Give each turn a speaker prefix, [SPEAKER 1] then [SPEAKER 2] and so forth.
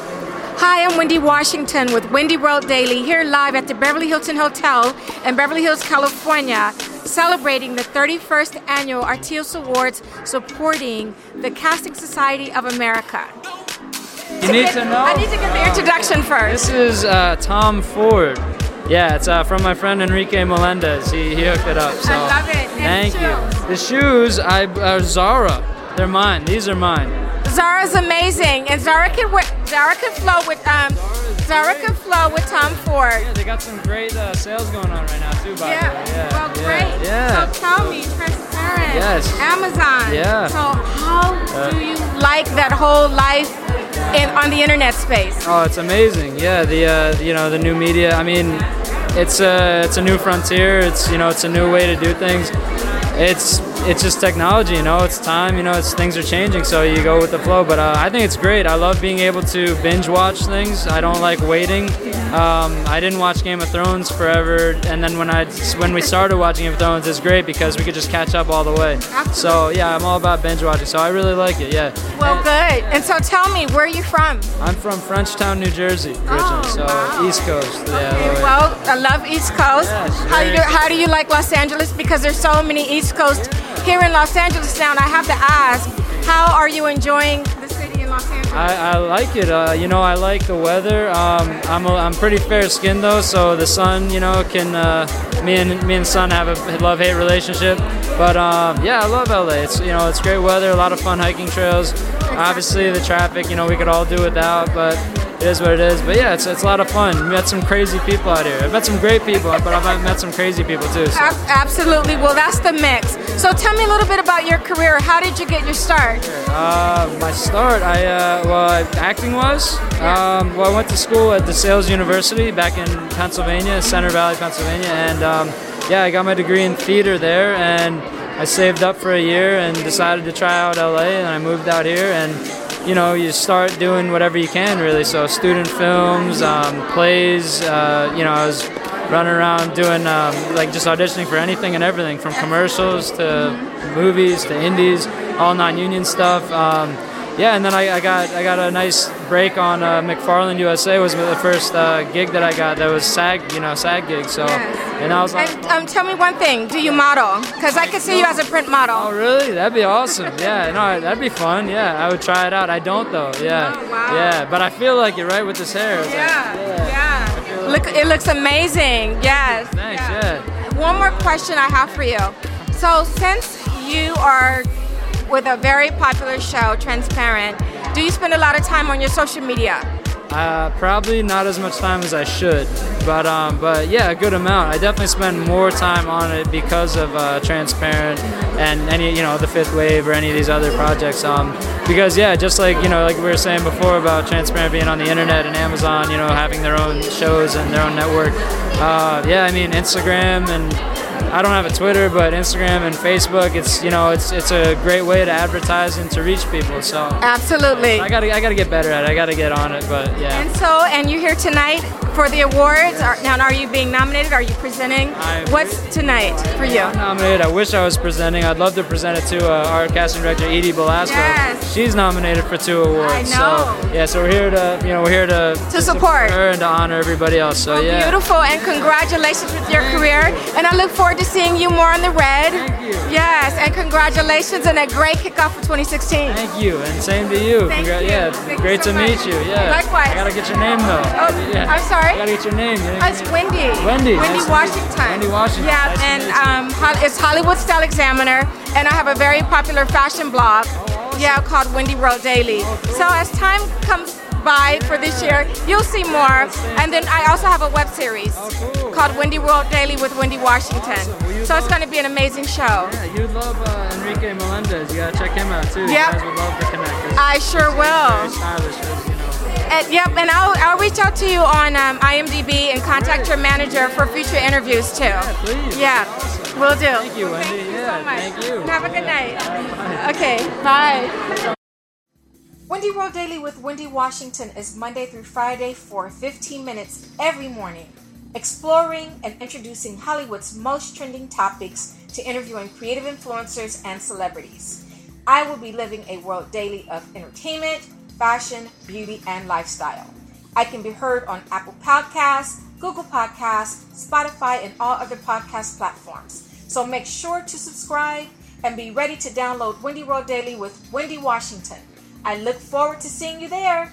[SPEAKER 1] Hi, I'm Wendy Washington with Wendy World Daily here live at the Beverly Hilton Hotel in Beverly Hills, California, celebrating the 31st annual Artios Awards supporting the Casting Society of America.
[SPEAKER 2] You need to know.
[SPEAKER 1] I need to get the introduction first.
[SPEAKER 2] This is uh, Tom Ford. Yeah, it's uh, from my friend Enrique Melendez. He, he hooked it up. So.
[SPEAKER 1] I love it. And
[SPEAKER 2] Thank you. The shoes I, are Zara. They're mine. These are mine.
[SPEAKER 1] Zara's amazing, and Zara can wear, Zara can flow with um, Zara can flow with Tom Ford.
[SPEAKER 2] Yeah, they got some great uh, sales going on right now too. By
[SPEAKER 1] Yeah.
[SPEAKER 2] the way. Yeah.
[SPEAKER 1] Well, great.
[SPEAKER 2] Yeah. yeah.
[SPEAKER 1] So tell me, transparent.
[SPEAKER 2] Yes.
[SPEAKER 1] Amazon.
[SPEAKER 2] Yeah. Uh.
[SPEAKER 1] So how do you like that whole life in on the internet space?
[SPEAKER 2] Oh, it's amazing. Yeah, the uh, you know the new media. I mean, it's a it's a new frontier. It's you know it's a new way to do things. It's it's just technology. You know, it's time. You know, it's things are changing, so you go with the flow. But uh, I think it's great. I love being able to binge watch things. I don't like waiting. Um, I didn't watch Game of Thrones forever, and then when I when we started watching Game of Thrones, it's great because we could just catch up all the way. So yeah, I'm all about binge watching. So I really like it. Yeah.
[SPEAKER 1] Well, good. And so tell me, where are you from?
[SPEAKER 2] I'm from Frenchtown, New Jersey, originally,
[SPEAKER 1] Oh,
[SPEAKER 2] so
[SPEAKER 1] wow.
[SPEAKER 2] East Coast. Yeah, I love it.
[SPEAKER 1] Well, I love East Coast.
[SPEAKER 2] Yes,
[SPEAKER 1] how do
[SPEAKER 2] very-
[SPEAKER 1] you how do you like Los Angeles? Because there's so many East Coast here in Los Angeles now, and I have to ask, how are you enjoying the city in Los Angeles?
[SPEAKER 2] I, I like it. Uh, you know, I like the weather. Um, I'm, a, I'm pretty fair skinned though, so the sun, you know, can uh, me and me and sun have a love hate relationship. But um, yeah, I love LA. It's you know, it's great weather, a lot of fun hiking trails. Obviously, the traffic, you know, we could all do without, but. It is what it is, but yeah, it's, it's a lot of fun. Met some crazy people out here. I've met some great people, but I've met some crazy people too. So.
[SPEAKER 1] Ab- Absolutely. Well, that's the mix. So tell me a little bit about your career. How did you get your start?
[SPEAKER 2] Uh, my start, I uh, well, acting was. Um, well, I went to school at the Sales University back in Pennsylvania, Center Valley, Pennsylvania, and um, yeah, I got my degree in theater there, and I saved up for a year and decided to try out LA, and I moved out here, and you know, you start doing whatever you can really. So student films, um, plays. Uh, you know, I was running around doing um, like just auditioning for anything and everything, from commercials to movies to indies, all non-union stuff. Um, yeah, and then I, I got I got a nice break on uh, McFarland USA was the first uh, gig that I got that was SAG you know SAG gig. So
[SPEAKER 1] Yes.
[SPEAKER 2] and I was like.
[SPEAKER 1] And um, tell me one thing. Do you model? Because I could see you as a print
[SPEAKER 2] Oh
[SPEAKER 1] model.
[SPEAKER 2] really? That'd be awesome. Yeah, no, that'd be fun. Yeah, I would try it out. I don't though. Yeah,
[SPEAKER 1] Oh, wow.
[SPEAKER 2] yeah, but I feel like it right with this hair. It's like,
[SPEAKER 1] Yeah. Yeah. Look, it looks amazing. Yes.
[SPEAKER 2] Thanks, yeah.
[SPEAKER 1] One more question I have for you. So since you are with a very popular show, Transparent, do you spend a lot of time on your social media?
[SPEAKER 2] Uh, probably not as much time as I should, but um, but yeah, a good amount. I definitely spend more time on it because of uh, Transparent and any you know the Fifth Wave or any of these other projects. Um, because yeah, just like you know like we were saying before about Transparent being on the internet and Amazon, you know having their own shows and their own network. Uh, yeah, I mean Instagram and I don't have a Twitter, but Instagram and Facebook. It's you know it's it's a great way to advertise and to reach people. So.
[SPEAKER 1] Absolutely.
[SPEAKER 2] I gotta, I gotta get better at it. I gotta get on it, but yeah.
[SPEAKER 1] And so, and you're here tonight for the awards. Are, now, are you being nominated? Are you presenting?
[SPEAKER 2] I-
[SPEAKER 1] What's tonight for you?
[SPEAKER 2] nominated. I wish I was presenting. I'd love to present it to uh, our casting director Edie Belasco.
[SPEAKER 1] Yes.
[SPEAKER 2] She's nominated for two awards.
[SPEAKER 1] I know.
[SPEAKER 2] So, yeah, so we're here to you know we're here to,
[SPEAKER 1] To support.
[SPEAKER 2] her and to honor everybody else. So yeah.
[SPEAKER 1] Beautiful, and congratulations with your career. And I look forward to seeing you more on the red.
[SPEAKER 2] Thank you.
[SPEAKER 1] Yes, and congratulations and a great kickoff for 2016.
[SPEAKER 2] Thank you, and same to you.
[SPEAKER 1] Thank you.
[SPEAKER 2] Yeah,
[SPEAKER 1] Thank you
[SPEAKER 2] great
[SPEAKER 1] so
[SPEAKER 2] to
[SPEAKER 1] much.
[SPEAKER 2] meet you. Yeah.
[SPEAKER 1] Likewise.
[SPEAKER 2] I gotta get your name though.
[SPEAKER 1] Oh,
[SPEAKER 2] yeah.
[SPEAKER 1] I'm sorry?
[SPEAKER 2] I gotta get your name. You didn't
[SPEAKER 1] Oh, It's
[SPEAKER 2] give me-
[SPEAKER 1] Wendy. Wendy
[SPEAKER 2] Wendy, nice to meet you.
[SPEAKER 1] Washington.
[SPEAKER 2] Wendy Washington,
[SPEAKER 1] Yeah,
[SPEAKER 2] nice to
[SPEAKER 1] and
[SPEAKER 2] meet you.
[SPEAKER 1] um, Hol- it's Hollywood Style Examiner, and I have a very popular fashion blog. Yeah, called Wendy World Daily. So as time comes by for this year, you'll see more. And then I also have a web series
[SPEAKER 2] Oh, cool.
[SPEAKER 1] called Wendy World Daily with Wendy Washington.
[SPEAKER 2] Awesome. Will you
[SPEAKER 1] So it's
[SPEAKER 2] love-
[SPEAKER 1] going to be an amazing show.
[SPEAKER 2] Yeah, you'd love uh, Enrique Melendez. You gotta check him out too. You
[SPEAKER 1] Yep. Oh.
[SPEAKER 2] guys would love to connect.
[SPEAKER 1] I sure
[SPEAKER 2] Very
[SPEAKER 1] will.
[SPEAKER 2] stylish, as you know.
[SPEAKER 1] And, yep, and I'll, I'll reach out to you on um, IMDb and contact your manager for future interviews too. Yeah,
[SPEAKER 2] please.
[SPEAKER 1] Yeah, will do.
[SPEAKER 2] Thank you, Wendy.
[SPEAKER 1] Thank you
[SPEAKER 2] Yeah,
[SPEAKER 1] so much.
[SPEAKER 2] thank you.
[SPEAKER 1] Oh Have a good night. Okay, bye. Wendy World Daily with Wendy Washington is Monday through Friday for 15 minutes every morning, exploring and introducing Hollywood's most trending topics to interviewing creative influencers and celebrities. I will be living a world daily of entertainment, fashion, beauty, and lifestyle.
[SPEAKER 3] I can be heard on Apple Podcasts, Google Podcasts, Spotify, and all other podcast platforms. So make sure to subscribe and be ready to download Wendy World Daily with Wendy Washington. I look forward to seeing you there.